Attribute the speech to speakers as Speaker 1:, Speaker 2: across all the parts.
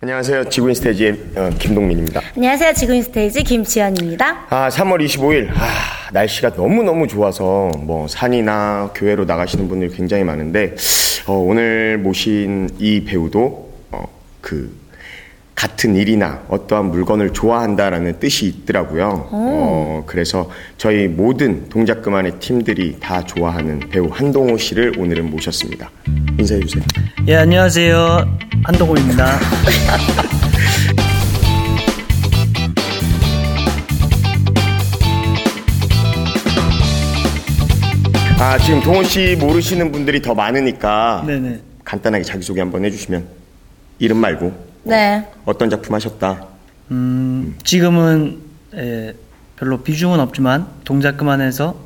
Speaker 1: 안녕하세요. 지구인 스테이지의 어, 김동민입니다.
Speaker 2: 안녕하세요. 지구인 스테이지 김지연입니다.
Speaker 1: 아, 3월 25일. 아, 날씨가 너무너무 좋아서 뭐 산이나 교회로 나가시는 분들 굉장히 많은데 어, 오늘 모신 이 배우도 어, 그 같은 일이나 어떠한 물건을 좋아한다라는 뜻이 있더라고요. 어, 그래서 저희 모든 동작 그만의 팀들이 다 좋아하는 배우 한동호 씨를 오늘은 모셨습니다. 인사해 주세요.
Speaker 3: 예, 안녕하세요. 한동호입니다.
Speaker 1: 아, 지금 동호 씨 모르시는 분들이 더 많으니까
Speaker 3: 네네.
Speaker 1: 간단하게 자기소개 한번 해주시면 이름 말고
Speaker 2: 네.
Speaker 1: 어떤 작품 하셨다
Speaker 3: 음, 지금은 예, 별로 비중은 없지만 동작 그만해서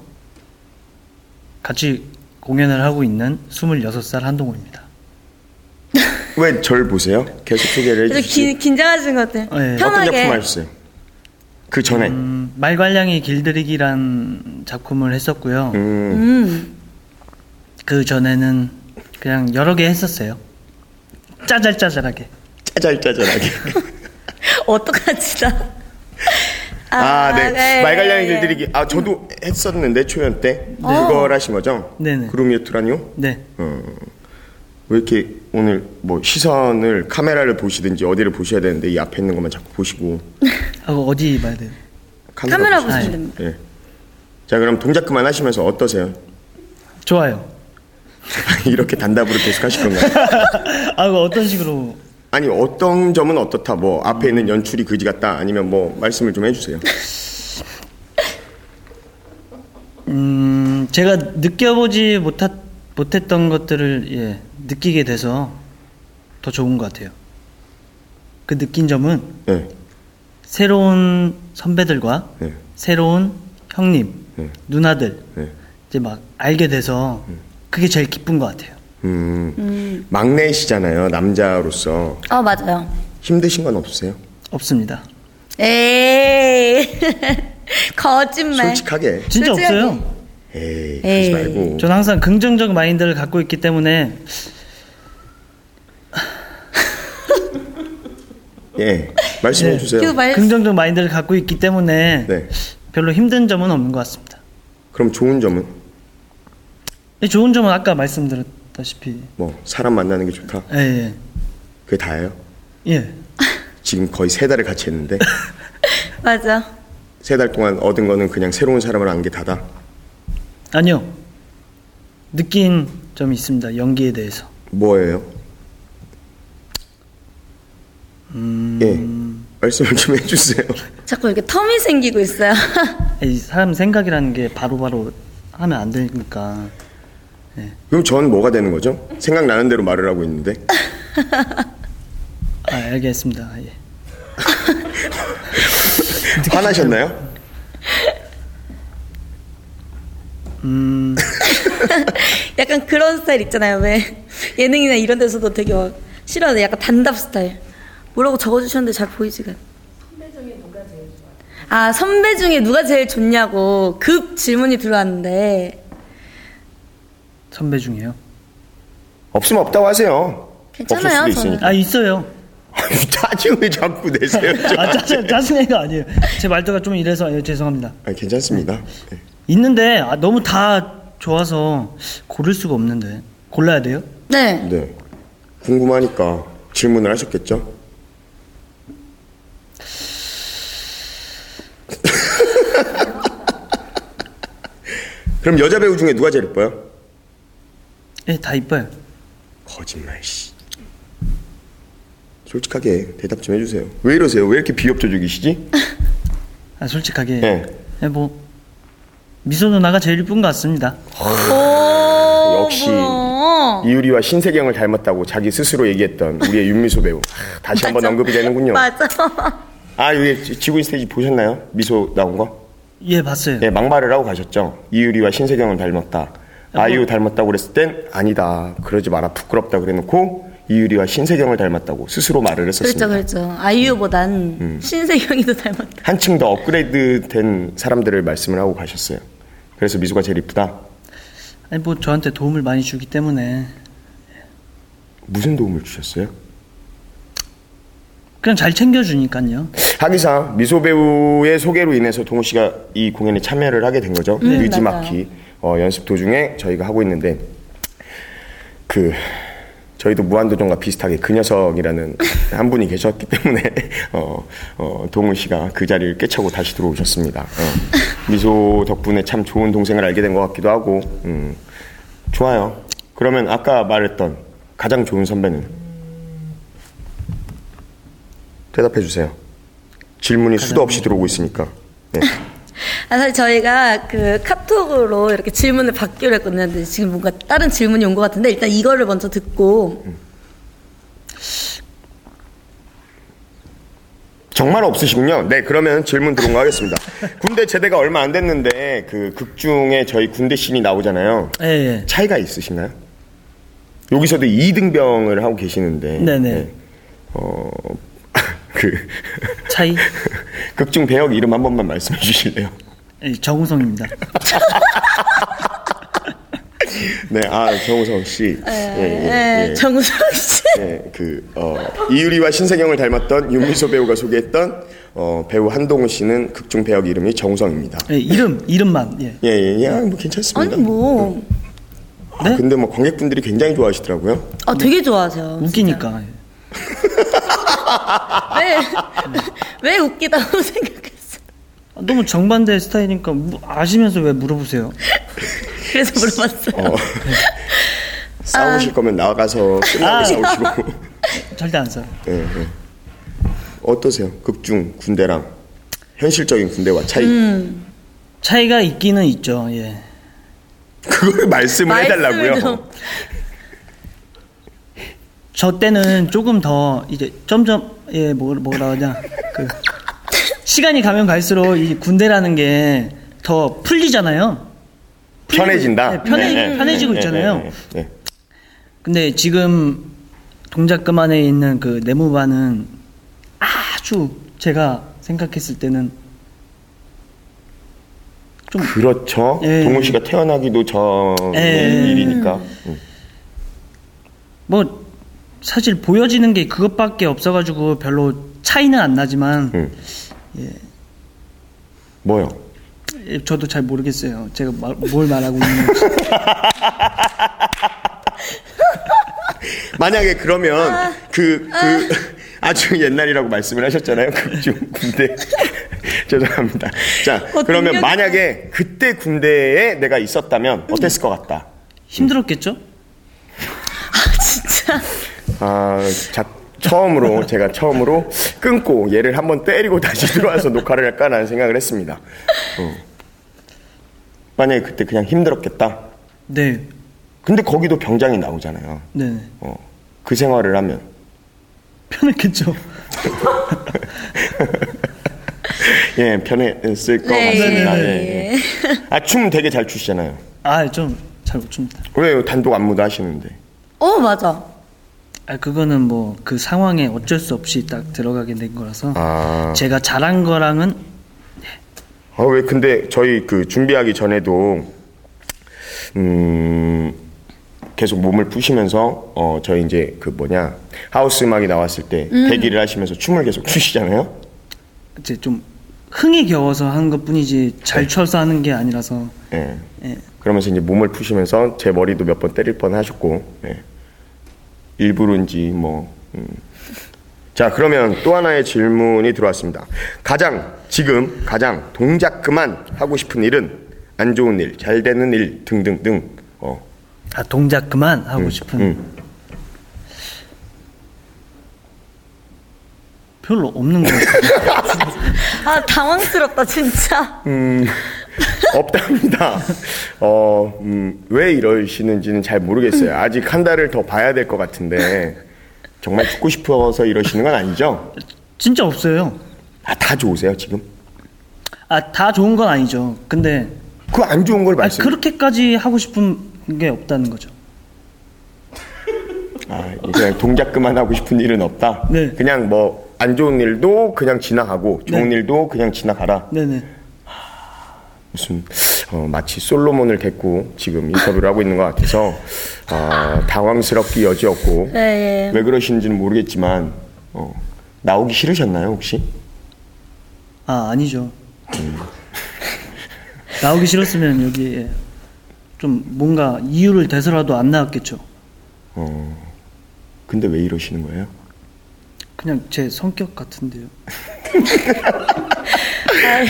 Speaker 3: 같이 공연을 하고 있는 26살 한동호입니다.
Speaker 1: 왜 절 보세요? 계속 소개를
Speaker 2: 그래서
Speaker 1: 해주시죠
Speaker 2: 긴, 긴장하신 것 같아요.
Speaker 3: 네.
Speaker 1: 어떤 작품
Speaker 2: 편하게.
Speaker 1: 하셨어요? 그 전에
Speaker 3: 음, 말괄량이 길들이기란 작품을 했었고요.
Speaker 2: 음.
Speaker 3: 그 전에는 그냥 여러 개 했었어요. 짜잘짜잘하게.
Speaker 1: 짜잘짜잘하게
Speaker 2: 어떡하지, 나.
Speaker 1: 아, 네.
Speaker 2: 네,
Speaker 1: 말갈량이
Speaker 2: 네. 어.
Speaker 1: 길들이기 아 저도 했었는데 초연 때 그걸 하신 거죠?
Speaker 3: 네네.
Speaker 1: 그룹유트라니요?
Speaker 3: 네.
Speaker 1: 왜 이렇게 오늘 뭐 시선을 카메라를 보시든지 어디를 보셔야 되는데 이 앞에 있는 것만 자꾸 보시고
Speaker 3: 하고 어디 봐야 돼요?
Speaker 2: 카메라
Speaker 1: 보시고.
Speaker 2: 보시면 됩니다.
Speaker 1: 예. 자 그럼 동작 그만 하시면서 어떠세요?
Speaker 3: 좋아요.
Speaker 1: 이렇게 단답으로 계속 하실 건가요?
Speaker 3: 아, 이거 어떤 식으로
Speaker 1: 아니 어떤 점은 어떻다 뭐 앞에 있는 연출이 그지 같다 아니면 뭐 말씀을 좀 해주세요
Speaker 3: 음, 제가 느껴보지 못하, 못했던 것들을 예, 느끼게 돼서 더 좋은 것 같아요. 그 느낀 점은
Speaker 1: 네.
Speaker 3: 새로운 선배들과
Speaker 1: 네.
Speaker 3: 새로운 형님,
Speaker 1: 네.
Speaker 3: 누나들
Speaker 1: 네.
Speaker 3: 이제 막 알게 돼서 그게 제일 기쁜 것 같아요.
Speaker 1: 음, 막내시잖아요 남자로서
Speaker 2: 어, 맞아요.
Speaker 1: 힘드신 건 없으세요?
Speaker 3: 없습니다.
Speaker 2: 에이. 거짓말.
Speaker 1: 솔직하게
Speaker 3: 진짜
Speaker 2: 솔직하게.
Speaker 3: 없어요.
Speaker 1: 에이
Speaker 2: 네.
Speaker 1: 그러지
Speaker 2: 에이.
Speaker 1: 말고
Speaker 3: 저는 항상 긍정적 마인드를 갖고 있기 때문에
Speaker 1: 예 말씀해
Speaker 2: 그
Speaker 1: 주세요
Speaker 2: 말,
Speaker 3: 긍정적 마인드를 갖고 있기 때문에
Speaker 1: 네.
Speaker 3: 별로 힘든 점은 없는 것 같습니다.
Speaker 1: 그럼 좋은 점은
Speaker 3: 근데 좋은 점은 아까 말씀드렸다시피
Speaker 1: 뭐 사람 만나는 게 좋다
Speaker 3: 예,
Speaker 1: 그게 다예요
Speaker 3: 예. 예.
Speaker 1: 지금 거의 세 달을 같이 했는데
Speaker 2: 맞아.
Speaker 1: 세 달 동안 얻은 거는 그냥 새로운 사람을 안게 다다
Speaker 3: 아니요. 느낀 점이 있습니다. 연기에 대해서.
Speaker 1: 뭐예요? 예 말씀을 좀 해주세요
Speaker 2: 자꾸 이렇게 텀이 생기고 있어요.
Speaker 3: 이 사람 생각이라는 게 바로바로 하면 안 되니까.
Speaker 1: 그럼 전 뭐가 되는 거죠? 생각나는 대로 말을 하고 있는데
Speaker 3: 아, 알겠습니다. 예.
Speaker 1: 화나셨나요?
Speaker 3: 음,
Speaker 2: 약간 그런 스타일 있잖아요. 왜 예능이나 이런 데서도 되게 막 싫어하는 약간 단답 스타일. 뭐라고 적어주셨는데 잘 보이지가. 않- 아 선배 중에 누가 제일 좋냐고 급 질문이 들어왔는데
Speaker 3: 선배 중에요.
Speaker 1: 없으면 없다고 하세요.
Speaker 2: 괜찮아요,
Speaker 1: 없을 수도 있으니까.
Speaker 3: 아, 있어요.
Speaker 1: 아유, 짜증을 자꾸 내세요. 저.
Speaker 3: 아, 짜증, 짜증내가 아니에요. 제 말투가 좀 이래서 예, 죄송합니다.
Speaker 1: 아, 괜찮습니다. 네.
Speaker 3: 있는데 아, 너무 다 좋아서 고를 수가 없는데. 골라야 돼요?
Speaker 2: 네
Speaker 1: 네. 궁금하니까 질문을 하셨겠죠? 그럼 여자 배우 중에 누가 제일 예뻐요?
Speaker 3: 예, 다 이뻐요.
Speaker 1: 거짓말 씨. 솔직하게 대답 좀 해주세요. 왜 이러세요? 왜 이렇게 비협조적이시지?
Speaker 3: 아, 솔직하게.
Speaker 1: 예.
Speaker 3: 예, 뭐 미소 누나가 제일 이쁜 것 같습니다.
Speaker 2: 오,
Speaker 1: 역시
Speaker 2: 뭐야.
Speaker 1: 이유리와 신세경을 닮았다고 자기 스스로 얘기했던 우리의 윤미소 배우 아, 다시 한번
Speaker 2: 맞아. 그렇죠,
Speaker 1: 언급이 되는군요.
Speaker 2: 맞아
Speaker 1: 아 여기 지- 지구인 스테이지 보셨나요? 미소 나온 거?
Speaker 3: 예, 봤어요.
Speaker 1: 예 막말을 하고 가셨죠. 이유리와 신세경을 닮았다.
Speaker 2: 뭐.
Speaker 1: 아이유 닮았다고 그랬을 땐 아니다. 그러지 마라 부끄럽다 그래놓고 이유리와 신세경을 닮았다고 스스로 말을 했었습니다. 음.
Speaker 2: 그렇죠 그렇죠 아이유보단 신세경이 더 닮았다
Speaker 1: 한층 더 업그레이드된 사람들을 말씀을 하고 가셨어요. 그래서 미소가 제일 이쁘다.
Speaker 3: 아니 뭐 저한테 도움을 많이 주기 때문에
Speaker 1: 무슨 도움을 주셨어요?
Speaker 3: 그냥 잘 챙겨주니까요.
Speaker 1: 하기상 미소 배우의 소개로 인해서 동호 씨가 이 공연에 참여를 하게 된 거죠. 뮤지마키 어, 연습 도중에 저희가 하고 있는데 그 저희도 무한도전과 비슷하게 그 녀석이라는 한 분이 계셨기 때문에 어, 어, 동훈 씨가 그 자리를 깨차고 다시 들어오셨습니다. 어. 미소 덕분에 참 좋은 동생을 알게 된 것 같기도 하고 음, 좋아요. 그러면 아까 말했던 가장 좋은 선배는 대답해 주세요. 질문이 수도 없이 들어오고 있으니까. 네.
Speaker 2: 아, 사실 저희가 그 카톡으로 이렇게 질문을 받기로 했거든요. 근데 지금 뭔가 다른 질문이 온 것 같은데 일단 이거를 먼저 듣고
Speaker 1: 정말 없으시군요. 네, 그러면 질문 들어온 거 하겠습니다. 군대 제대가 얼마 안 됐는데 그 극중에 저희 군대 씬이 나오잖아요.
Speaker 3: 예, 예.
Speaker 1: 차이가 있으신가요? 여기서도 2등병을 하고 계시는데
Speaker 3: 네네.
Speaker 1: 어, 그
Speaker 3: 차이?
Speaker 1: 극중 배역 이름 한 번만 말씀해 주실래요?
Speaker 3: 예, 정우성입니다.
Speaker 1: 네, 아 정우성 씨, 예, 예,
Speaker 2: 예,
Speaker 1: 예.
Speaker 2: 정우성 씨
Speaker 1: 예, 그 어, 이유리와 신세경을 닮았던 윤미소 배우가 소개했던 어, 배우 한동훈 씨는 극중 배역 이름이 정우성입니다.
Speaker 3: 예, 이름, 이름만. 예.
Speaker 1: 예, 예, 예, 아, 뭐 괜찮습니다.
Speaker 2: 아니 뭐
Speaker 1: 아, 근데 뭐 관객분들이 굉장히 좋아하시더라고요.
Speaker 2: 아, 되게 좋아하세요.
Speaker 1: 음.
Speaker 3: 웃기니까. 예.
Speaker 2: 왜, 왜 웃기다고 생각했어?
Speaker 3: 아, 너무 정반대 스타일이니까 무- 아시면서 왜 물어보세요?
Speaker 2: 그래서 물어봤어요.
Speaker 3: 아.
Speaker 1: 어. 싸우실 거면 나가서
Speaker 3: 아.
Speaker 1: 끝나게 싸우시고.
Speaker 3: 절대 안 싸요.
Speaker 1: 예, 예. 어떠세요? 극중 군대랑 현실적인 군대와 차이.
Speaker 3: 음. 차이가 있기는 있죠. 예.
Speaker 1: 그걸 말씀을
Speaker 2: 말씀을
Speaker 1: 해달라고요.
Speaker 2: 좀-
Speaker 3: 저 때는 조금 더 이제 점점 예 뭐, 뭐라 하냐 그 시간이 가면 갈수록 이 군대라는 게 더 풀리잖아요. 풀리고-
Speaker 1: 편해진다.
Speaker 3: 예, 편해,
Speaker 1: 예, 예,
Speaker 3: 편해지고
Speaker 1: 예, 예,
Speaker 3: 있잖아요.
Speaker 1: 예, 예.
Speaker 3: 근데 지금 동작금 안에 있는 그 네모반은 아주 제가 생각했을 때는
Speaker 1: 그렇죠.
Speaker 3: 예.
Speaker 1: 동훈 씨가 태어나기도 전
Speaker 3: 예.
Speaker 1: 일이니까. 음.
Speaker 3: 뭐 사실 보여지는 게 그것밖에 없어가지고 별로 차이는 안 나지만
Speaker 1: 음. 뭐요? 네.
Speaker 3: 예, 저도 잘 모르겠어요. 제가 마- 뭘 말하고 있는지.
Speaker 1: 만약에
Speaker 2: 아.
Speaker 1: 그러면 그, 그 아주 옛날이라고 말씀을 하셨잖아요. 극중 군대. 죄송합니다. 자,
Speaker 2: 어,
Speaker 1: 그러면
Speaker 2: 능력이-
Speaker 1: 만약에 그때 군대에 내가 있었다면 어땠을 것 같다?
Speaker 3: 힘들었겠죠?
Speaker 2: 아, 진짜.
Speaker 1: 아, 자, 처음으로 제가 처음으로 끊고 얘를 한번 때리고 다시 들어와서 녹화를 할까라는 생각을 했습니다. 어. 만약에 그때 그냥 힘들었겠다.
Speaker 3: 네.
Speaker 1: 근데 거기도 병장이 나오잖아요.
Speaker 3: 네.
Speaker 1: 어. 그 생활을 하면
Speaker 3: 편했겠죠.
Speaker 1: 예 편했을 것
Speaker 2: 네.
Speaker 1: 같습니다. 예,
Speaker 2: 네.
Speaker 1: 아 춤 되게 잘 추시잖아요.
Speaker 3: 아, 좀 잘 못 춥니다.
Speaker 1: 왜요 단독 안무도 하시는데?
Speaker 2: 어, 맞아.
Speaker 3: 아, 그거는 뭐 그 상황에 어쩔 수 없이 딱 들어가게 된 거라서
Speaker 1: 아.
Speaker 3: 제가 잘한 거랑은
Speaker 1: 아, 왜 근데 저희 그 준비하기 전에도 음 계속 몸을 푸시면서 어 저희 이제 그 뭐냐 하우스 음악이 나왔을 때 대기를 하시면서 춤을 계속 추시잖아요.
Speaker 3: 이제 좀 흥에 겨워서 하는 것 뿐이지 잘
Speaker 1: 네.
Speaker 3: 쳐서 하는 게 아니라서
Speaker 1: 예.
Speaker 3: 예.
Speaker 1: 그러면서 이제 몸을 푸시면서 제 머리도 몇 번 때릴 뻔 하셨고 예. 일부러인지 뭐. 음. 자 그러면 또 하나의 질문이 들어왔습니다. 가장 지금 가장 동작 그만 하고 싶은 일은 안 좋은 일, 잘 되는 일 등등등. 어
Speaker 3: 아, 동작 그만 하고 싶은
Speaker 1: 음.
Speaker 3: 별로 없는 거 같아요.
Speaker 2: 아, 당황스럽다, 진짜.
Speaker 1: 음. 없답니다. 어, 음, 왜 이러시는지는 잘 모르겠어요. 아직 한 달을 더 봐야 될 것 같은데 정말 죽고 싶어서 이러시는 건 아니죠?
Speaker 3: 진짜 없어요.
Speaker 1: 아, 다 좋으세요 지금?
Speaker 3: 아, 다 좋은 건 아니죠. 근데
Speaker 1: 그 안 좋은 걸
Speaker 3: 아,
Speaker 1: 말씀.
Speaker 3: 그렇게까지 하고 싶은 게 없다는 거죠.
Speaker 1: 아, 그냥 동작 그만하고 싶은 일은 없다.
Speaker 3: 네.
Speaker 1: 그냥 뭐 안 좋은 일도 그냥 지나가고 좋은
Speaker 3: 네.
Speaker 1: 일도 그냥 지나가라.
Speaker 3: 네네.
Speaker 1: 무슨 어, 마치 솔로몬을 데리고 지금 인터뷰를 하고 있는 것 같아서 아, 당황스럽기 여지없고
Speaker 2: 네, 예.
Speaker 1: 왜 그러시는지는 모르겠지만 어, 나오기 싫으셨나요 혹시?
Speaker 3: 아 아니죠.
Speaker 1: 음.
Speaker 3: 나오기 싫었으면 여기에 예. 좀 뭔가 이유를 대서라도 안 나왔겠죠.
Speaker 1: 어 근데 왜 이러시는 거예요?
Speaker 3: 그냥 제 성격 같은데요.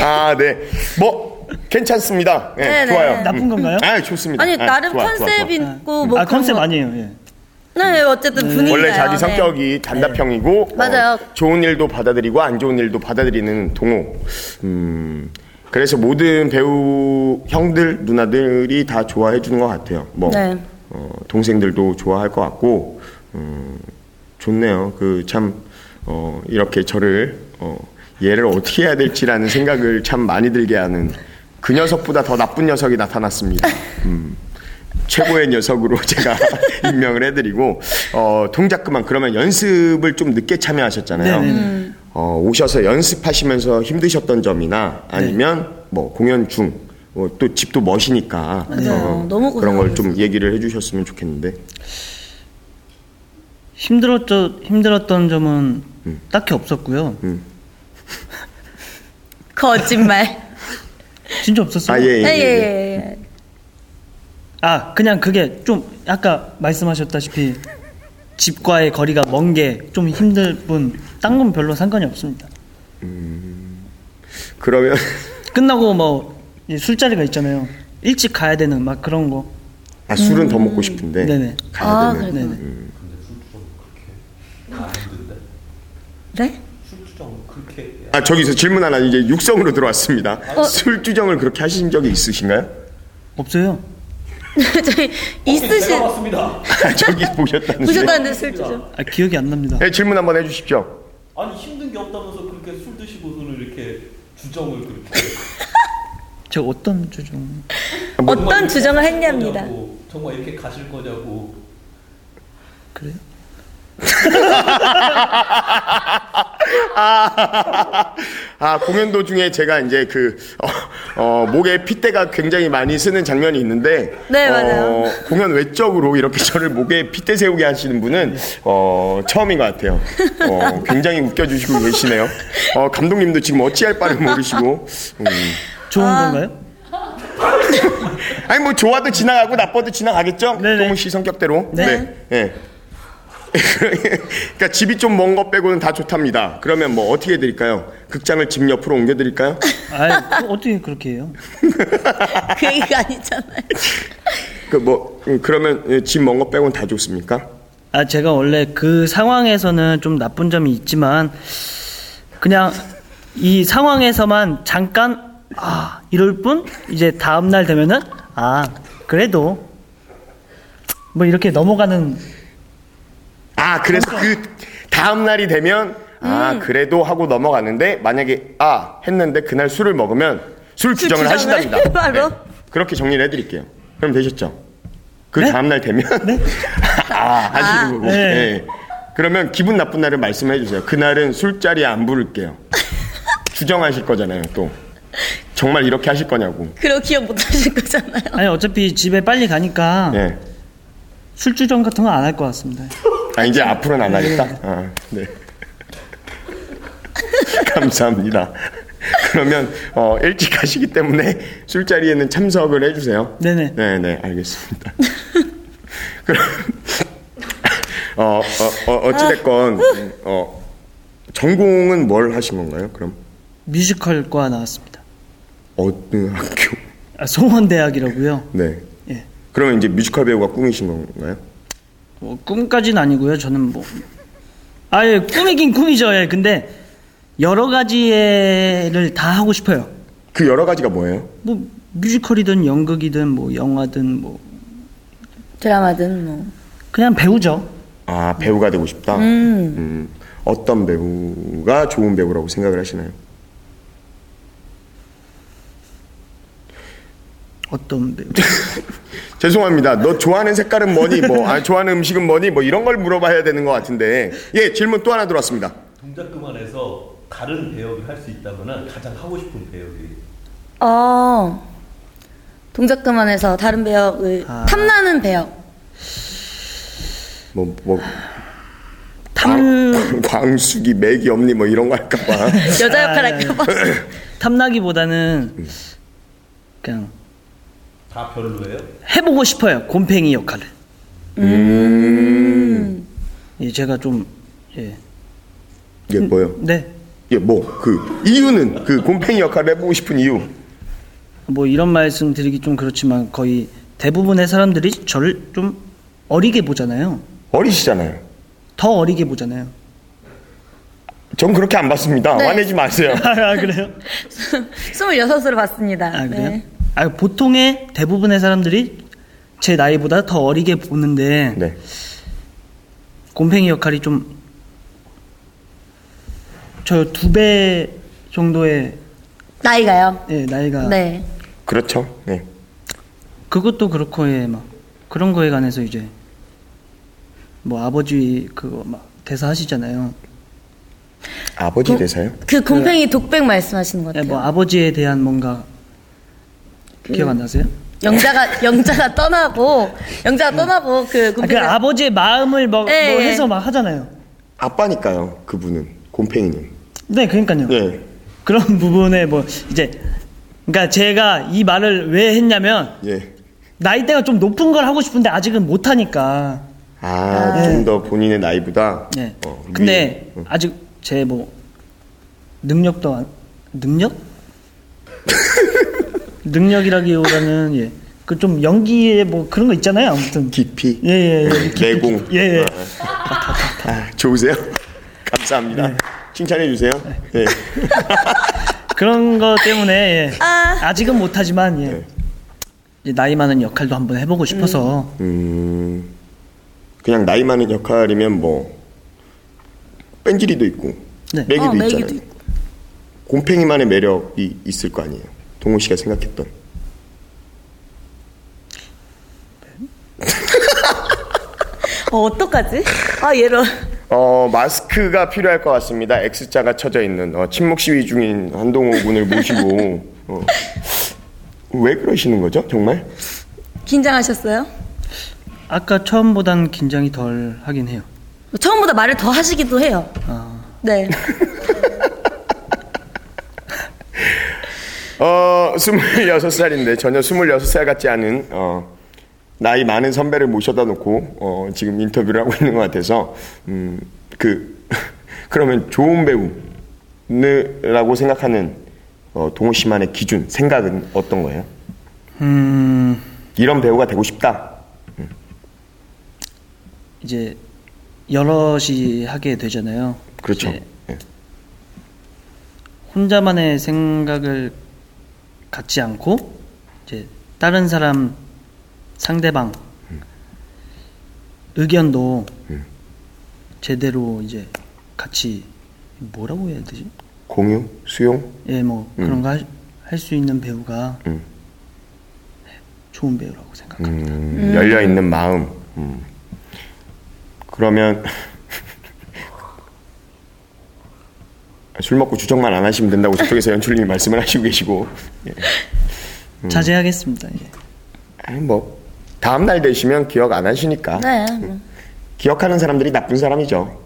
Speaker 1: 아 네. 뭐 괜찮습니다. 예,
Speaker 2: 네, 네.
Speaker 1: 좋아요.
Speaker 3: 나쁜 건가요?
Speaker 1: 아 좋습니다.
Speaker 2: 아니
Speaker 1: 아,
Speaker 2: 나름
Speaker 1: 좋아, 좋아, 좋아.
Speaker 2: 컨셉 있고 뭐 그런
Speaker 3: 아 컨셉 음.
Speaker 2: 거-
Speaker 3: 아니에요. 예.
Speaker 2: 네 어쨌든 네. 분위기
Speaker 1: 원래 자기 성격이 단답형이고
Speaker 2: 맞아요.
Speaker 1: 어, 좋은 일도 받아들이고 안 좋은 일도 받아들이는 동호. 음. 그래서 모든 배우 형들 누나들이 다 좋아해 주는 것 같아요. 뭐
Speaker 2: 네.
Speaker 1: 어, 동생들도 좋아할 것 같고 음, 좋네요. 그 참 어, 이렇게 저를 어, 얘를 어떻게 해야 될지라는 생각을 참 많이 들게 하는 그 녀석보다 더 나쁜 녀석이 나타났습니다. 음. 최고의 녀석으로 제가 임명을 해드리고 어, 동작 그만 그러면 연습을 좀 늦게 참여하셨잖아요.
Speaker 3: 네네네.
Speaker 1: 어, 오셔서 연습하시면서 힘드셨던 점이나 아니면 뭐 공연 중. 어, 또 집도 멋이니까
Speaker 2: 네.
Speaker 1: 어,
Speaker 2: 맞아요. 너무
Speaker 1: 그런
Speaker 2: 고생하고
Speaker 1: 걸 좀 얘기를 해주셨으면 좋겠는데
Speaker 3: 힘들었죠. 힘들었던 점은
Speaker 1: 음.
Speaker 3: 딱히 없었고요.
Speaker 2: 거짓말
Speaker 3: 진짜 없었어요.
Speaker 1: 아, 예.
Speaker 2: 예예예
Speaker 3: 아 그냥 그게 좀 아까 말씀하셨다시피 집과의 거리가 먼 게 좀 힘들 뿐 딴 건 별로 상관이 없습니다.
Speaker 1: 그러면
Speaker 3: 끝나고 뭐 이제 술자리가 있잖아요. 일찍 가야 되는 막 그런 거.
Speaker 1: 아, 술은 더 먹고 싶은데
Speaker 3: 음. 네네.
Speaker 1: 가야
Speaker 2: 아,
Speaker 1: 되는 음.
Speaker 2: 그래요?
Speaker 3: 네네.
Speaker 2: 네?
Speaker 1: 어. 아 저기서 질문 하나 이제 육성으로 들어왔습니다 술 주정을 그렇게 하신 적이 있으신가요?
Speaker 3: 없어요.
Speaker 2: 저희
Speaker 4: 어, 네,
Speaker 2: 있으신
Speaker 4: 맞습니다.
Speaker 1: 아, 저기 보셨다는데
Speaker 2: 보셨다는데 술주죠
Speaker 3: 아 기억이 안 납니다.
Speaker 1: 네, 질문 한번 해주십시오
Speaker 4: 아니 힘든 게 없다면서 그렇게 술 드시고서는 이렇게 주정을 그렇게
Speaker 3: 제가 어떤 주종?
Speaker 4: 정말
Speaker 2: 어떤
Speaker 4: 이렇게
Speaker 2: 주정을
Speaker 4: 하실
Speaker 2: 했냐입니다
Speaker 4: 거냐고, 정말 이렇게 가실 거냐고
Speaker 3: 그래요?
Speaker 1: 아 공연 도중에 제가 이제 그 어, 어, 목에 핏대가 굉장히 많이 쓰는 장면이 있는데
Speaker 2: 네,
Speaker 1: 어,
Speaker 2: 맞아요.
Speaker 1: 공연 외적으로 이렇게 저를 목에 핏대 세우게 하시는 분은 어, 처음인 것 같아요 어, 굉장히 웃겨주시고 계시네요 어, 감독님도 지금 어찌할 바를 모르시고 음.
Speaker 3: 좋은 건가요?
Speaker 1: 아니 뭐 좋아도 지나가고 나빠도 지나가겠죠.
Speaker 3: 네네.
Speaker 1: 동훈 씨 성격대로.
Speaker 3: 네.
Speaker 1: 예. 그러니까 집이 좀 먼 것 빼고는 다 좋답니다. 그러면 뭐 어떻게 해드릴까요? 극장을 집 옆으로 옮겨드릴까요?
Speaker 3: 아 어떻게 그렇게 해요?
Speaker 2: 그 얘기가 아니잖아요
Speaker 1: 그 뭐 그러면 집 먼 것 빼고는 다 좋습니까?
Speaker 3: 아 제가 원래 그 상황에서는 좀 나쁜 점이 있지만 그냥 이 상황에서만 잠깐 아 이럴 뿐 이제 다음 날 되면은 아 그래도 뭐 이렇게 넘어가는
Speaker 1: 아 그래서 그 다음 날이 되면 아 그래도 하고 넘어가는데 만약에 아 했는데 그날 술을 먹으면 술 규정을
Speaker 2: 규정을
Speaker 1: 하신답니다. 네.
Speaker 2: 바로?
Speaker 1: 그렇게 정리를 해드릴게요. 그럼 되셨죠? 그
Speaker 3: 네?
Speaker 1: 다음 날 되면 아 하시는 거고.
Speaker 3: 네.
Speaker 1: 예. 그러면 기분 나쁜 날을 말씀해 주세요. 그날은 술자리에 안 부를게요. 규정하실 거잖아요. 또 정말 이렇게 하실 거냐고.
Speaker 2: 그리고 기억 못 하실 거잖아요
Speaker 3: 아니 어차피 집에 빨리 가니까
Speaker 1: 예.
Speaker 3: 술주정 같은 건 안 할 것 같습니다.
Speaker 1: 아 이제 앞으로는 안 하겠다. 아, 네. 감사합니다. 그러면 어, 일찍 가시기 때문에 술자리에는 참석을 해주세요.
Speaker 3: 네네.
Speaker 1: 네네 알겠습니다. 그럼 어, 어, 어, 어찌됐건 어, 전공은 뭘 하신 건가요? 그럼
Speaker 3: 뮤지컬과 나왔습니다.
Speaker 1: 어느 학교?
Speaker 3: 아, 송원대학이라고요.
Speaker 1: 네.
Speaker 3: 예.
Speaker 1: 그러면 이제 뮤지컬 배우가 꿈이신 건가요?
Speaker 3: 뭐 꿈까지는 아니고요. 저는 뭐 아예 꿈이긴 꿈이죠. 예. 근데 여러 가지를 다 하고 싶어요.
Speaker 1: 그 여러 가지가 뭐예요?
Speaker 3: 뭐 뮤지컬이든 연극이든 뭐 영화든 뭐
Speaker 2: 드라마든 뭐
Speaker 3: 그냥 배우죠.
Speaker 1: 아 배우가 되고 싶다. 음, 어떤 배우가 좋은 배우라고 생각을 하시나요?
Speaker 3: 어떤 배우?
Speaker 1: 죄송합니다. 너 좋아하는 색깔은 뭐니? 뭐 아, 좋아하는 음식은 뭐니? 뭐 이런 걸 물어봐야 되는 것 같은데 예 질문 또 하나 들어왔습니다.
Speaker 4: 동작 그만해서 다른 배역을 할 수 있다면 가장 하고 싶은 배역이
Speaker 2: 어 동작 그만해서 다른 배역을
Speaker 3: 아.
Speaker 2: 탐나는 배역
Speaker 1: 뭐 뭐
Speaker 3: 탐
Speaker 2: 음.
Speaker 1: 광숙이 맥이 없니 뭐 이런 거 할까봐.
Speaker 2: 여자 역할
Speaker 3: 아,
Speaker 2: 할까봐.
Speaker 3: 탐나기보다는 그냥
Speaker 4: 다 별로예요?
Speaker 3: 해보고 싶어요. 곰팽이 역할을.
Speaker 2: 음.
Speaker 3: 예, 제가 좀 예.
Speaker 1: 이게 예, 뭐요?
Speaker 3: 네.
Speaker 1: 이게 뭐 그 이유는 그 곰팽이 역할을 해보고 싶은 이유.
Speaker 3: 뭐 이런 말씀 드리기 좀 그렇지만 거의 대부분의 사람들이 저를 좀 어리게 보잖아요.
Speaker 1: 어리시잖아요.
Speaker 3: 더 어리게 보잖아요.
Speaker 1: 전 그렇게 안 봤습니다.
Speaker 2: 네.
Speaker 1: 화내지 마세요.
Speaker 3: 아, 그래요?
Speaker 2: 26으로 봤습니다. 네.
Speaker 3: 아, 그래요? 아, 보통의 대부분의 사람들이 제 나이보다 더 어리게 보는데
Speaker 1: 네.
Speaker 3: 곰팽이 역할이 좀 저 두 배 정도의
Speaker 2: 나이가요?
Speaker 3: 예, 나이가
Speaker 2: 네.
Speaker 1: 그렇죠. 네.
Speaker 3: 그것도 그렇고 예, 막 그런 거에 관해서 이제 뭐 아버지 그거 막 대사 하시잖아요.
Speaker 1: 아버지 대사요?
Speaker 2: 그 곰팽이 독백 말씀하시는 것
Speaker 3: 예,
Speaker 2: 같아요.
Speaker 3: 네.
Speaker 2: 그
Speaker 3: 뭐 아버지에 대한 뭔가 기억 안 나세요? 아,
Speaker 2: 영자가 영자가 떠나고 영자가 떠나고 그
Speaker 3: 아, 그
Speaker 2: 곰팽이
Speaker 3: 아버지의 마음을 뭐,
Speaker 2: 예,
Speaker 3: 뭐
Speaker 2: 예.
Speaker 3: 해서 막 하잖아요.
Speaker 1: 아빠니까요. 그분은 곰팽이는.
Speaker 3: 네, 그러니까요.
Speaker 1: 예.
Speaker 3: 그런 부분에 뭐 이제 그러니까 제가 이 말을 왜 했냐면
Speaker 1: 예.
Speaker 3: 나이대가 좀 높은 걸 하고 싶은데 아직은 못 하니까.
Speaker 1: 아, 좀 더 본인의 나이보다.
Speaker 3: 네.
Speaker 1: 어, 위-
Speaker 3: 근데
Speaker 1: 어.
Speaker 3: 아직 제 뭐 능력도 안 능력? 능력이라기보다는 예. 그 좀 연기에 뭐 그런 거 있잖아요. 아무튼
Speaker 1: 깊이. 네,
Speaker 3: 예, 예, 예. 깊이,
Speaker 1: 내공.
Speaker 3: 깊이. 예, 예.
Speaker 1: 아, 좋으세요? 감사합니다.
Speaker 3: 네.
Speaker 1: 칭찬해 주세요. 예.
Speaker 3: 그런 거 때문에 예.
Speaker 2: 아.
Speaker 3: 아. 직은 못하지만
Speaker 1: 네.
Speaker 3: 예. 이제 나이 많은 역할도 한번 해보고 싶어서
Speaker 1: 음. 그냥 나이 많은 역할이면 뭐 뺀질이도 있고
Speaker 3: 네.
Speaker 1: 매기도
Speaker 2: 어, 매기도
Speaker 1: 있잖아요. 곰팽이만의 매력이 있을 거 아니에요. 동호 씨가 생각했던.
Speaker 2: 어, 어떡하지? 아 얘를
Speaker 1: 어, 마스크가 필요할 것 같습니다. X자가 쳐져 있는 어, 침묵 시위 중인 한동호 군을 모시고 어. 왜 그러시는 거죠? 정말?
Speaker 2: 긴장하셨어요?
Speaker 3: 아까 처음보단 긴장이 덜 하긴 해요.
Speaker 2: 처음보다 말을 더 하시기도 해요.
Speaker 3: 아.
Speaker 2: 네.
Speaker 1: 어, 26살인데 전혀 26살 같지 않은 어, 나이 많은 선배를 모셔다 놓고 어, 지금 인터뷰를 하고 있는 것 같아서 음, 그 그러면 좋은 배우라고 생각하는 어, 동호 씨만의 기준, 생각은 어떤 거예요?
Speaker 3: 음
Speaker 1: 이런 배우가 되고 싶다.
Speaker 3: 이제 여럿이 하게 되잖아요.
Speaker 1: 그렇죠.
Speaker 3: 이제
Speaker 1: 예.
Speaker 3: 혼자만의 생각을 갖지 않고 이제 다른 사람 상대방
Speaker 1: 음.
Speaker 3: 의견도 제대로 이제 같이 뭐라고 해야 되지?
Speaker 1: 공유, 수용,
Speaker 3: 예, 뭐 그런 거 할 수 있는 배우가
Speaker 1: 음.
Speaker 3: 좋은 배우라고 생각합니다.
Speaker 1: 음, 열려 있는 마음. 음. 그러면 술 먹고 주정만 안 하시면 된다고 저쪽에서 연출님이 말씀을 하시고 계시고. 예. 음,
Speaker 3: 자제하겠습니다. 예.
Speaker 1: 아니 뭐 다음 날 되시면 기억 안 하시니까
Speaker 2: 네.
Speaker 1: 기억하는 사람들이 나쁜 사람이죠.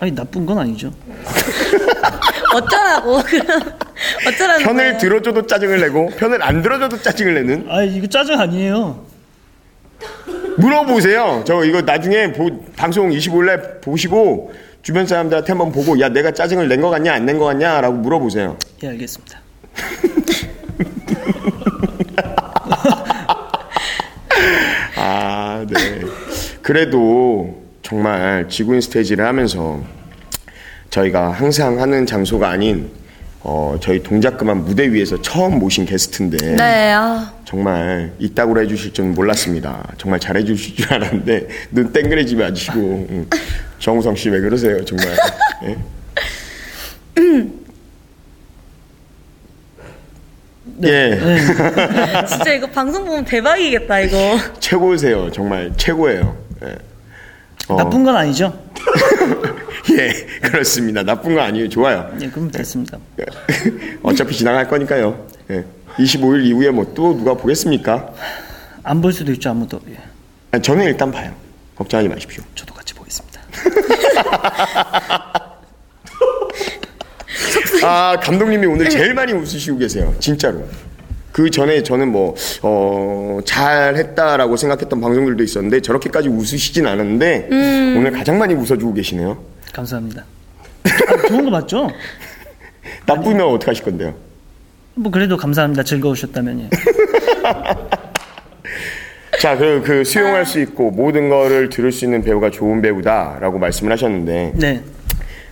Speaker 3: 아니 나쁜 건 아니죠.
Speaker 2: 어쩌라고 그럼 어쩌라는
Speaker 1: 편을
Speaker 2: 거예요?
Speaker 1: 들어줘도 짜증을 내고 편을 안 들어줘도 짜증을 내는
Speaker 3: 아 이거 짜증 아니에요.
Speaker 1: 물어보세요. 저 이거 나중에 보- 방송 25일날 보시고 주변 사람들한테 한번 보고 야 내가 짜증을 낸 거 같냐 안 낸 거 같냐라고 물어보세요.
Speaker 3: 예, 알겠습니다.
Speaker 1: 아, 네. 그래도 정말 지구인 스테이지를 하면서 저희가 항상 하는 장소가 아닌 어, 저희 동작 그만 무대 위에서 처음 모신 게스트인데
Speaker 2: 네. 아,
Speaker 1: 정말 이따구로 해주실 줄 몰랐습니다. 정말 잘해주실 줄 알았는데 눈 땡그레지 마시고 응. 정우성 씨 왜 그러세요 정말? 예?
Speaker 3: 네.
Speaker 1: 예.
Speaker 2: 진짜 이거 방송 보면 대박이겠다 이거.
Speaker 1: 최고세요 정말 최고예요. 예. 어,
Speaker 3: 나쁜 건 아니죠.
Speaker 1: 예, 그렇습니다. 나쁜 거 아니에요. 좋아요. 네.
Speaker 3: 예, 그럼 됐습니다.
Speaker 1: 어차피 지나갈 거니까요. 예. 25일 이후에 뭐 또 누가 보겠습니까?
Speaker 3: 안 볼 수도 있죠 아무도. 예,
Speaker 1: 아니, 저는 일단 봐요. 걱정하지 마십시오.
Speaker 3: 저도 같이 보겠습니다.
Speaker 1: 아 감독님이 오늘 제일 많이 웃으시고 계세요 진짜로 그 전에 저는 뭐 어 잘했다라고 생각했던 방송들도 있었는데 저렇게까지 웃으시진 않았는데 오늘 가장 많이 웃어주고 계시네요
Speaker 3: 감사합니다. 아, 좋은 거 맞죠?
Speaker 1: 나쁘면 어떡하실 건데요
Speaker 3: 뭐 그래도 감사합니다. 즐거우셨다면 예.
Speaker 1: 자, 그, 그 수용할 수 있고 모든 거를 들을 수 있는 배우가 좋은 배우다라고 말씀을 하셨는데
Speaker 3: 네.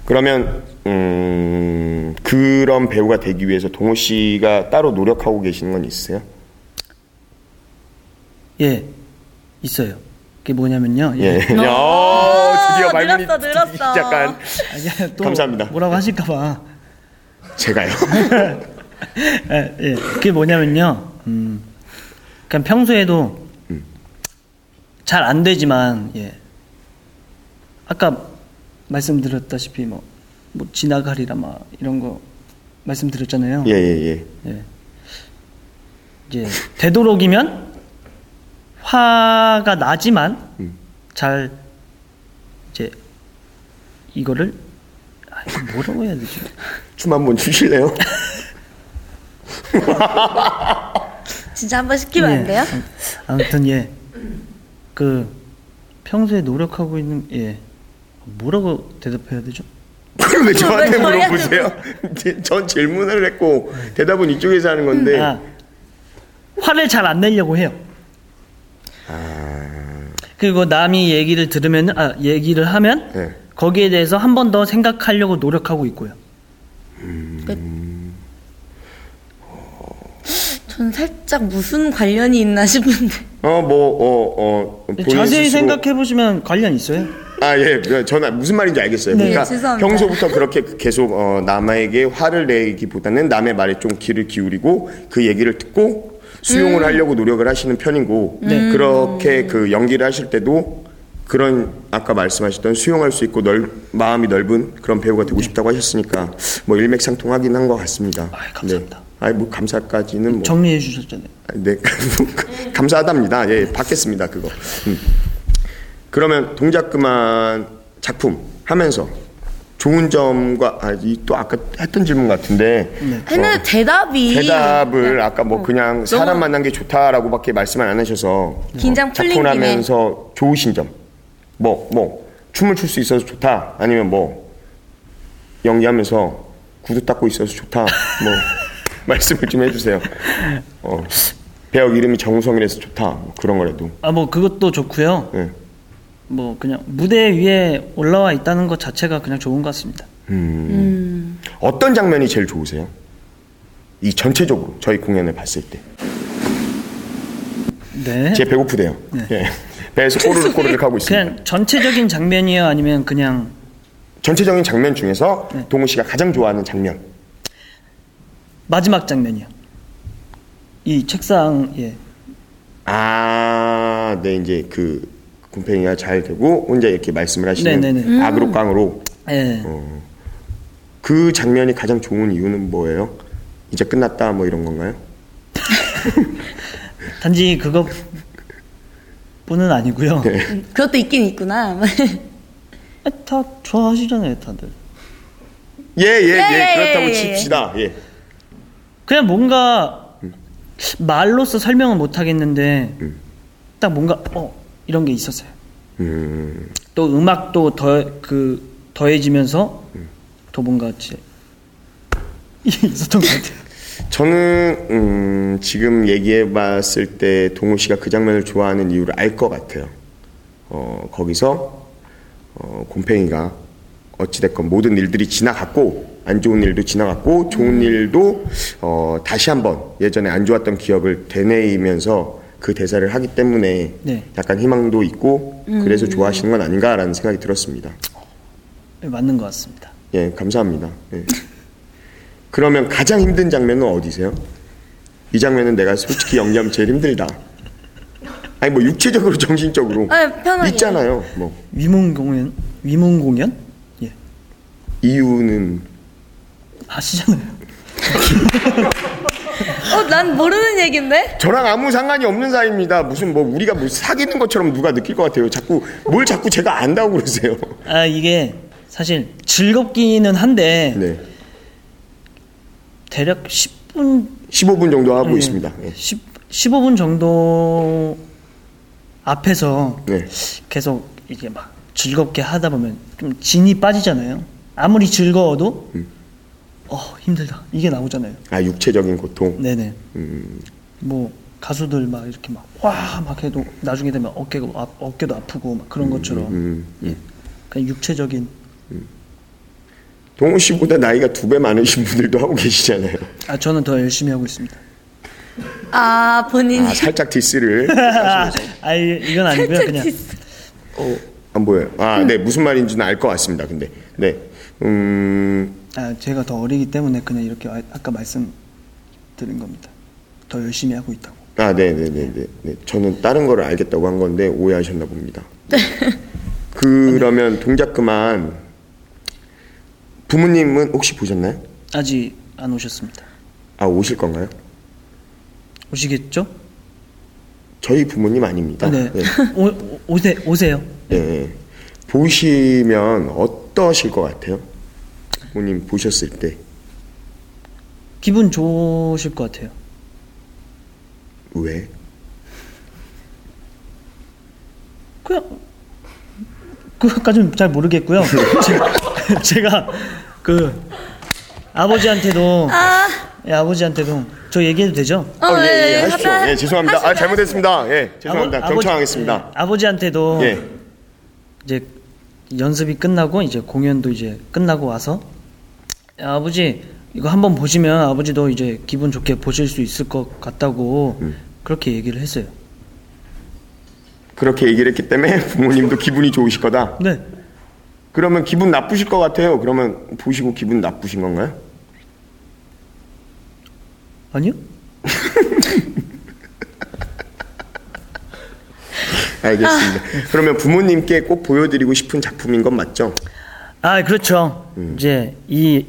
Speaker 1: 그러면 음, 그런 배우가 되기 위해서 동호 씨가 따로 노력하고 계시는 건 있으세요?
Speaker 3: 예. 있어요. 그게 뭐냐면요.
Speaker 1: 예.
Speaker 3: 예.
Speaker 1: 야, 아, 드디어 말문이
Speaker 2: 늘었어, 늘었어.
Speaker 1: 약간
Speaker 3: 아니, 또
Speaker 1: 감사합니다.
Speaker 3: 뭐라고 하실까 봐.
Speaker 1: 제가요.
Speaker 3: 예, 예. 그게 뭐냐면요. 음, 그냥 평소에도
Speaker 1: 음.
Speaker 3: 잘 안 되지만, 예. 아까 말씀드렸다시피 뭐, 뭐 지나가리라 막 이런 거 말씀드렸잖아요.
Speaker 1: 예, 예, 예.
Speaker 3: 예. 이제 되도록이면 화가 나지만 잘 이제 이거를 아, 이거 뭐라고 해야 되지?
Speaker 1: 춤 한 번 추실래요?
Speaker 2: 진짜 한 번 시키면
Speaker 1: 네.
Speaker 2: 안 돼요?
Speaker 3: 아무튼 예. 그 평소에 노력하고 있는 예. 뭐라고 대답해야 되죠?
Speaker 1: 그걸 왜 저한테
Speaker 2: 왜 저한테
Speaker 1: 물어보세요? 음, 제- 전 질문을 했고 대답은 이쪽에서 하는 건데
Speaker 3: 아, 화를 잘 안 내려고 해요.
Speaker 1: 아.
Speaker 3: 그리고 남이 얘기를 들으면 아 얘기를 하면
Speaker 1: 네.
Speaker 3: 거기에 대해서 한 번 더 생각하려고 노력하고 있고요.
Speaker 2: 전 살짝 무슨 관련이 있나 싶은데.
Speaker 1: 아, 어, 뭐, 어뭐어어
Speaker 3: 네, 자세히 생각해 보시면 관련 있어요.
Speaker 1: 아, 예. 그, 저는 무슨 말인지 알겠어요.
Speaker 2: 네,
Speaker 1: 그러니까
Speaker 2: 죄송합니다.
Speaker 1: 평소부터 그렇게 계속 어, 남에게 화를 내기보다는 남의 말에 좀 귀를 기울이고 그 얘기를 듣고 수용을 하려고 노력을 하시는 편이고
Speaker 3: 음. 네.
Speaker 1: 그렇게 그 연기를 하실 때도 그런 아까 말씀하셨던 수용할 수 있고 넓, 마음이 넓은 그런 배우가 되고 싶다고 하셨으니까 뭐 일맥상통하긴 한 것 같습니다.
Speaker 3: 네. 아이, 감사합니다.
Speaker 1: 네. 아이 뭐 감사까지는 뭐
Speaker 3: 정리해 주셨잖아요.
Speaker 1: 네, 감사하답니다. 예, 받겠습니다. 그거. 음. 그러면 동작 그만 작품 하면서 좋은 점과 아, 이 또 아까 했던 질문 같은데
Speaker 2: 했는데 대답이
Speaker 1: 어.
Speaker 2: 네. 어.
Speaker 1: 대답을 아까 뭐 그냥 사람
Speaker 2: 너무-
Speaker 1: 만난 게 좋다라고밖에 말씀을 안 하셔서
Speaker 2: 긴장
Speaker 1: 어,
Speaker 2: 풀린
Speaker 1: 작품
Speaker 2: 김에.
Speaker 1: 하면서 좋으신 점, 뭐 뭐 춤을 출 수 있어서 좋다, 아니면 뭐 연기하면서 구두 닦고 있어서 좋다, 뭐 말씀을 좀 해주세요. 어, 배역 이름이 정우성이라서 좋다, 뭐 그런 거라도.
Speaker 3: 아 뭐 그것도 좋고요.
Speaker 1: 예.
Speaker 3: 뭐 그냥 무대 위에 올라와 있다는 것 자체가 그냥 좋은 것 같습니다.
Speaker 1: 어떤 장면이 제일 좋으세요? 이 전체적으로 저희 공연을 봤을 때.
Speaker 3: 네.
Speaker 1: 제 배고프대요. 예. 배에서 꼬르륵 꼬르륵 하고 있습니다.
Speaker 3: 그냥 전체적인 장면이에요, 아니면 그냥
Speaker 1: 전체적인 장면 중에서
Speaker 3: 음.
Speaker 1: 동우 씨가 가장 좋아하는 장면.
Speaker 3: 마지막 장면이요. 이 책상 예.
Speaker 1: 아, 네 이제 그 곰팽이가 잘 되고 혼자 이렇게 말씀을 하시는
Speaker 3: 네네네. 음.
Speaker 1: 악으로 깡으로
Speaker 3: 예.
Speaker 1: 그 장면이 가장 좋은 이유는 뭐예요? 이제 끝났다 뭐 이런 건가요?
Speaker 3: 단지 그것뿐은 아니고요.
Speaker 2: 그것도 있긴 있구나.
Speaker 3: 아, 다 좋아하시잖아요, 다들.
Speaker 1: 예예예
Speaker 2: 예,
Speaker 1: 그렇다고
Speaker 2: 예, 예.
Speaker 1: 칩시다. 예.
Speaker 3: 그냥 뭔가 말로써 설명은 못 하겠는데 딱 뭔가 어 이런 게 있었어요.
Speaker 1: 음.
Speaker 3: 또 음악도 더 그 더해지면서 더 뭔가 제 있었던 것 같아요.
Speaker 1: 저는 음, 지금 얘기해봤을 때 동우 씨가 그 장면을 좋아하는 이유를 알 것 같아요. 어, 거기서 어, 곰팽이가 어찌됐건 모든 일들이 지나갔고 안 좋은 일도 지나갔고 좋은 일도 어, 다시 한번 예전에 안 좋았던 기억을 되뇌이면서 그 대사를 하기 때문에
Speaker 3: 네.
Speaker 1: 약간 희망도 있고 그래서 좋아하시는 건 아닌가라는 생각이 들었습니다.
Speaker 3: 네, 맞는 것 같습니다.
Speaker 1: 예, 감사합니다. 예. 그러면 가장 힘든 장면은 어디세요? 이 장면은 내가 솔직히 연기하면 제일 힘들다. 아니 뭐 육체적으로 정신적으로
Speaker 2: 아, 편하게.
Speaker 1: 있잖아요. 뭐
Speaker 3: 위문 공연 위문 공연 예
Speaker 1: 이유는
Speaker 3: 아시잖아요.
Speaker 2: 어, 난 모르는 얘긴데?
Speaker 1: 저랑 아무 상관이 없는 사이입니다. 무슨 뭐 우리가 뭐 사귀는 것처럼 누가 느낄 것 같아요. 자꾸 뭘 자꾸 제가 안다고 그러세요.
Speaker 3: 아 이게 사실 즐겁기는 한데
Speaker 1: 네.
Speaker 3: 대략 10분
Speaker 1: 15분 정도 하고
Speaker 3: 음.
Speaker 1: 있습니다. 예.
Speaker 3: 10, 15분 정도 앞에서
Speaker 1: 네.
Speaker 3: 계속 이게 막 즐겁게 하다 보면 좀 진이 빠지잖아요. 아무리 즐거워도
Speaker 1: 음.
Speaker 3: 어 힘들다 이게 나오잖아요.
Speaker 1: 아 육체적인 고통.
Speaker 3: 네네. 뭐 가수들 막 이렇게 막 와 막 해도 나중에 되면 어깨가 아, 어깨도 아프고 막 그런 것처럼 예. 그냥 육체적인
Speaker 1: 동호 씨보다 나이가 두 배 많으신 분들도 하고 계시잖아요.
Speaker 3: 아 저는 더 열심히 하고 있습니다.
Speaker 2: 아, 본인이.
Speaker 1: 아 살짝 디스를
Speaker 3: 아, 아 이- 이건 아니고요.
Speaker 2: 살짝
Speaker 3: 그냥
Speaker 2: 디스.
Speaker 1: 안 보여요. 아 네 무슨 말인지는 알 것 같습니다. 근데 네. 음,
Speaker 3: 아, 제가 더 어리기 때문에 그냥 이렇게 아, 아까 말씀드린 겁니다. 더 열심히 하고 있다고.
Speaker 1: 아, 네네네네. 네. 저는 다른 걸 알겠다고 한 건데, 오해하셨나 봅니다.
Speaker 3: 네.
Speaker 1: 그러면 동작 그만. 부모님은 혹시 보셨나요?
Speaker 3: 아직 안 오셨습니다.
Speaker 1: 아, 오실 건가요?
Speaker 3: 오시겠죠?
Speaker 1: 저희 부모님 아닙니다.
Speaker 3: 네.
Speaker 1: 네.
Speaker 3: 오, 오- 오세, 오세요.
Speaker 1: 네. 보시면 어떠실 것 같아요? 부모님 보셨을 때.
Speaker 3: 기분 좋으실 것 같아요.
Speaker 1: 왜?
Speaker 3: 그냥 그것까지는 잘 모르겠고요. 제가, 제가 그 아버지한테도
Speaker 2: 아,
Speaker 3: 예, 아버지한테도 저 얘기해도 되죠?
Speaker 2: 어,
Speaker 1: 아,
Speaker 2: 왜,
Speaker 1: 예, 예,
Speaker 2: 왜,
Speaker 1: 하십시오.
Speaker 2: 하다-
Speaker 1: 예, 죄송합니다. 아, 잘못했습니다. 예, 죄송합니다.
Speaker 3: 네, 아버- 아버지-
Speaker 1: 경청하겠습니다.
Speaker 3: 예, 아버지한테도
Speaker 1: 예.
Speaker 3: 이제 연습이 끝나고 이제 공연도 이제 끝나고 와서 야, 아버지 이거 한번 보시면 아버지도 이제 기분 좋게 보실 수 있을 것 같다고
Speaker 1: 음.
Speaker 3: 그렇게 얘기를 했어요.
Speaker 1: 그렇게 얘기를 했기 때문에 부모님도 기분이 좋으실 거다.
Speaker 3: 네.
Speaker 1: 그러면 기분 나쁘실 것 같아요. 그러면 보시고 기분 나쁘신 건가요?
Speaker 3: 아니요?
Speaker 1: 알겠습니다. 그러면 부모님께 꼭 보여드리고 싶은 작품인 건 맞죠?
Speaker 3: 아 그렇죠.
Speaker 1: 음.
Speaker 3: 이제 이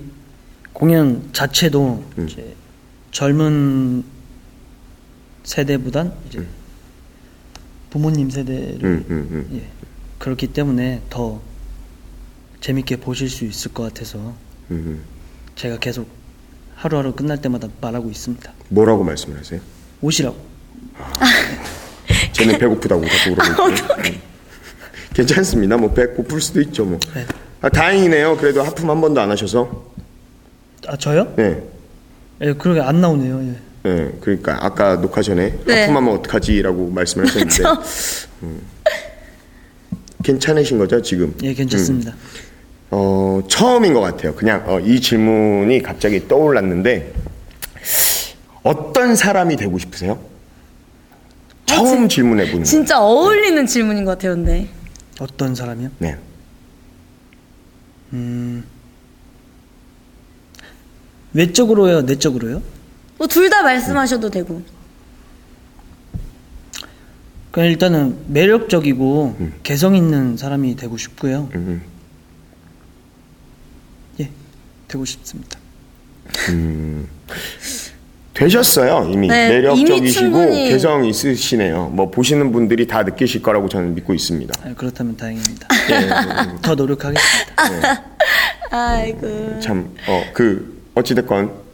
Speaker 3: 공연 자체도
Speaker 1: 음.
Speaker 3: 이제 젊은 세대보단 이제 부모님 세대를
Speaker 1: 음, 음, 음.
Speaker 3: 예. 그렇기 때문에 더 재밌게 보실 수 있을 것 같아서
Speaker 1: 음.
Speaker 3: 제가 계속 하루하루 끝날 때마다 말하고 있습니다.
Speaker 1: 뭐라고 말씀을 하세요?
Speaker 3: 오시라고.
Speaker 1: 저는 배고프다고 자꾸 그러고 있고. 음. 괜찮습니다. 뭐 배고플 수도 있죠. 뭐.
Speaker 3: 네.
Speaker 1: 아, 다행이네요. 그래도 하품 한 번도 안 하셔서.
Speaker 3: 아 저요?
Speaker 1: 네.
Speaker 3: 예, 그러게 안 나오네요. 예.
Speaker 1: 네. 그러니까 아까 녹화 전에
Speaker 2: 네.
Speaker 1: 하품하면 어떡하지라고 말씀을 하셨는데.
Speaker 2: 저-
Speaker 1: 괜찮으신 거죠 지금?
Speaker 3: 예, 괜찮습니다.
Speaker 1: 음. 어, 처음인 것 같아요. 그냥 어, 이 질문이 갑자기 떠올랐는데 어떤 사람이 되고 싶으세요? 처음 질문해 보는 거예요.
Speaker 2: 아, 진짜 어울리는 질문인 것 같아요, 근데.
Speaker 3: 어떤 사람이요? 음.
Speaker 1: 네.
Speaker 3: 외적으로요, 내적으로요?
Speaker 2: 뭐, 둘 다 말씀하셔도 되고.
Speaker 3: 그냥 그러니까 일단은 매력적이고 개성 있는 사람이 되고 싶고요.
Speaker 1: 음.
Speaker 3: 예, 되고 싶습니다.
Speaker 1: 되셨어요 이미
Speaker 2: 네, 이미
Speaker 1: 매력적이시고
Speaker 2: 충분히-
Speaker 1: 개성 있으시네요. 뭐 보시는 분들이 다 느끼실 거라고 저는 믿고 있습니다.
Speaker 3: 아, 그렇다면 다행입니다.
Speaker 1: 예, 예,
Speaker 3: 더 노력하겠습니다.
Speaker 1: 네.
Speaker 2: 아이고.
Speaker 1: 참어그 어찌됐건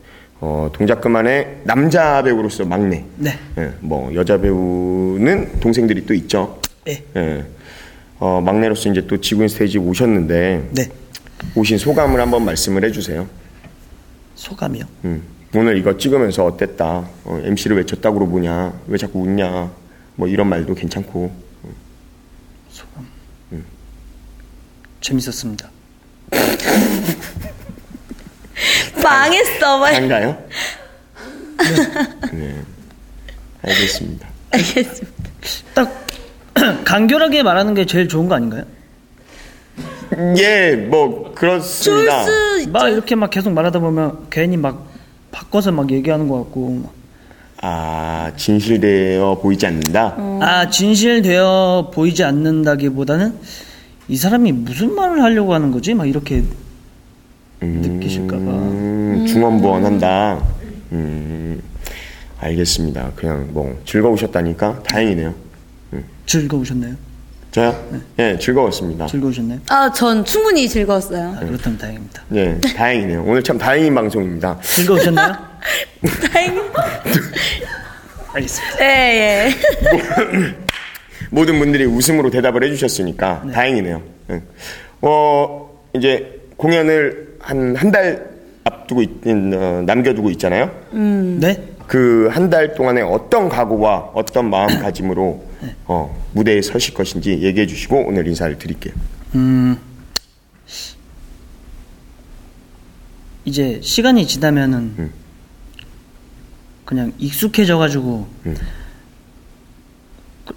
Speaker 1: 어, 동작 그만의 남자 배우로서 막내.
Speaker 3: 네.
Speaker 1: 예, 뭐 여자 배우는 동생들이 또 있죠.
Speaker 3: 예,
Speaker 1: 예. 어, 막내로서 이제 또 지구인 스테이지 오셨는데
Speaker 3: 네.
Speaker 1: 오신 소감을 한번 말씀을 해주세요.
Speaker 3: 소감이요?
Speaker 1: 음. 오늘 이거 찍으면서 어땠다? 어, MC를 왜 졌다고 그러냐? 왜 자꾸 웃냐? 뭐 이런 말도 괜찮고
Speaker 3: 재밌었습니다.
Speaker 2: 망했어, 말.
Speaker 1: 안가요? 네. 알겠습니다.
Speaker 2: 알겠습니다.
Speaker 3: 딱 간결하게 말하는 게 제일 좋은 거 아닌가요?
Speaker 1: 예, 뭐
Speaker 2: 좋을
Speaker 1: 그렇습니다.
Speaker 2: 수 있죠.
Speaker 3: 막 이렇게 막 계속 말하다 보면 괜히 막 바꿔서 막 얘기하는 것 같고 막.
Speaker 1: 아 진실되어 보이지 않는다.
Speaker 3: 아 진실되어 보이지 않는다기보다는 이 사람이 무슨 말을 하려고 하는 거지? 막 이렇게 느끼실까봐
Speaker 1: 음, 중언부언한다. 음. 알겠습니다. 그냥 뭐 즐거우셨다니까 다행이네요.
Speaker 3: 즐거우셨나요?
Speaker 1: 저요? 예,
Speaker 3: 어.
Speaker 1: 즐거웠습니다.
Speaker 3: 즐거우셨나요?
Speaker 2: 아 전 충분히 즐거웠어요.
Speaker 3: 아, 그렇다면 다행입니다.
Speaker 1: 예, 다행이네요. 오늘 참 다행인 방송입니다.
Speaker 3: 즐거우셨나요?
Speaker 1: 아,
Speaker 2: 다행히.
Speaker 3: 알겠습니다.
Speaker 2: 예 예.
Speaker 1: 모든 분들이 웃음으로 대답을 해주셨으니까 다행이네요. 예. 어, 이제 공연을 한 한 달 앞두고 있, 어, 남겨두고 있잖아요.
Speaker 3: 네?
Speaker 1: 그 한 달 동안에 어떤 각오와 어떤 마음가짐으로
Speaker 2: 네.
Speaker 1: 어, 무대에 서실 것인지 얘기해 주시고 오늘 인사를 드릴게요.
Speaker 3: 음. 이제 시간이 지나면은 그냥 익숙해져가지고
Speaker 1: 음.
Speaker 3: 그,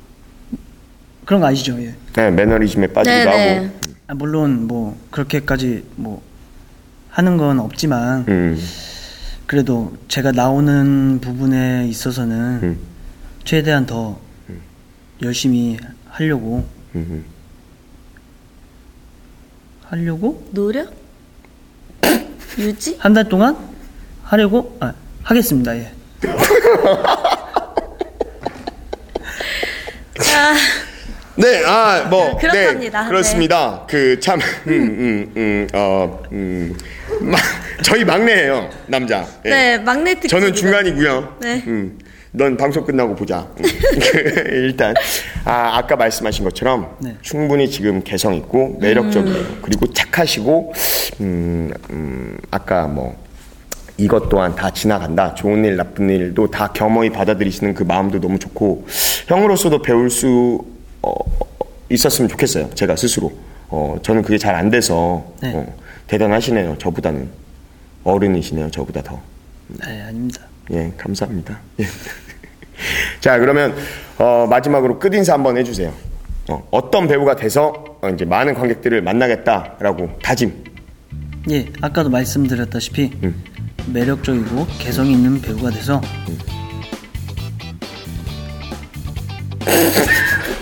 Speaker 3: 런거 아시죠? 예.
Speaker 1: 네, 매너리즘에 빠지기도
Speaker 2: 네네.
Speaker 1: 하고.
Speaker 3: 아, 물론 뭐 그렇게까지 뭐 하는 건 없지만
Speaker 1: 음,
Speaker 3: 그래도 제가 나오는 부분에 있어서는
Speaker 1: 음.
Speaker 3: 최대한 더 열심히 하려고
Speaker 1: 음,
Speaker 3: 하려고
Speaker 2: 노력? 유지?
Speaker 3: 한 달 동안 하려고 아, 하겠습니다. 예.
Speaker 2: 아,
Speaker 1: 네, 아, 뭐,
Speaker 2: 그렇답니다.
Speaker 1: 네, 그렇습니다. 그 참, 음, 음, 음, 어, 음, 마, 저희 막내예요, 남자. 예.
Speaker 2: 네 막내 특집.
Speaker 1: 저는 중간이고요.
Speaker 2: 네.
Speaker 1: 음, 넌 방송 끝나고 보자. 음. 일단 아, 아까 말씀하신 것처럼
Speaker 3: 네.
Speaker 1: 충분히 지금 개성 있고 매력적이에요. 그리고 착하시고 음, 음, 아까 뭐 이것 또한 다 지나간다. 좋은 일, 나쁜 일도 다 겸허히 받아들이시는 그 마음도 너무 좋고 형으로서도 배울 수 어, 있었으면 좋겠어요. 제가 스스로. 어, 저는 그게 잘 안 돼서
Speaker 3: 네.
Speaker 1: 어, 대단하시네요. 저보다는 어른이시네요. 저보다 더.
Speaker 3: 네, 아닙니다.
Speaker 1: 예, 감사합니다. 예. 자, 그러면 어, 마지막으로 끝 인사 한번 해주세요. 어, 어떤 배우가 돼서 어, 이제 많은 관객들을 만나겠다라고 다짐.
Speaker 3: 예, 아까도 말씀드렸다시피 매력적이고 개성 있는 배우가 돼서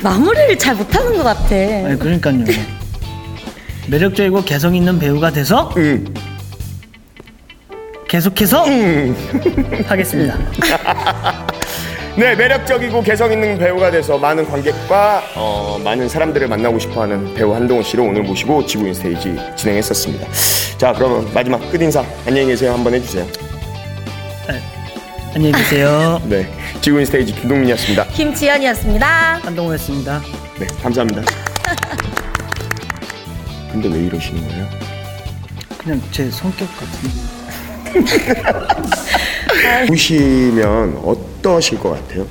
Speaker 2: 마무리를 잘 못하는 것 같아.
Speaker 3: 아니 그러니까요. 예. 매력적이고 개성 있는 배우가 돼서
Speaker 1: 음.
Speaker 3: 계속해서 하겠습니다.
Speaker 1: 음. 네, 매력적이고 개성 있는 배우가 돼서 많은 관객과 어, 많은 사람들을 만나고 싶어하는 배우 한동훈 씨를 오늘 모시고 지구인 스테이지 진행했었습니다. 자, 그러면 마지막 끝 인사 안녕히 계세요 한번 해주세요.
Speaker 3: 아, 안녕히 계세요.
Speaker 1: 네, 지구인 스테이지 김동민이었습니다.
Speaker 2: 김지연이었습니다.
Speaker 3: 한동호였습니다.
Speaker 1: 네, 감사합니다. 근데 왜 이러시는 거예요?
Speaker 3: 그냥 제 성격 같은.
Speaker 1: 보시면 어떠실 것 같아요?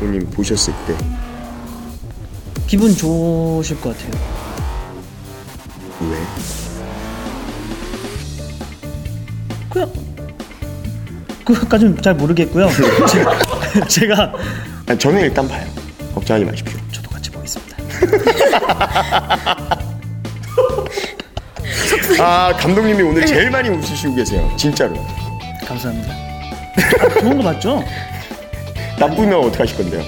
Speaker 1: 본인 보셨을 때
Speaker 3: 기분 좋으실 것 같아요.
Speaker 1: 왜?
Speaker 3: 그냥 그까지는 잘 모르겠고요. 제- 제가
Speaker 1: 아, 저는 일단 봐요. 걱정하지 마십시오.
Speaker 3: 저도 같이 보겠습니다.
Speaker 1: 아 감독님이 오늘 제일 많이 웃으시고 계세요. 진짜로.
Speaker 3: 감사합니다. 아, 좋은 거 맞죠?
Speaker 1: 나쁘면 어떡하실 건데요?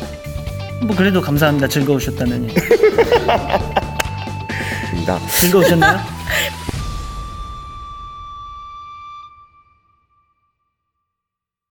Speaker 3: 뭐 그래도 감사합니다. 즐거우셨다면 예.
Speaker 1: 입니다.
Speaker 3: 즐거우셨나요?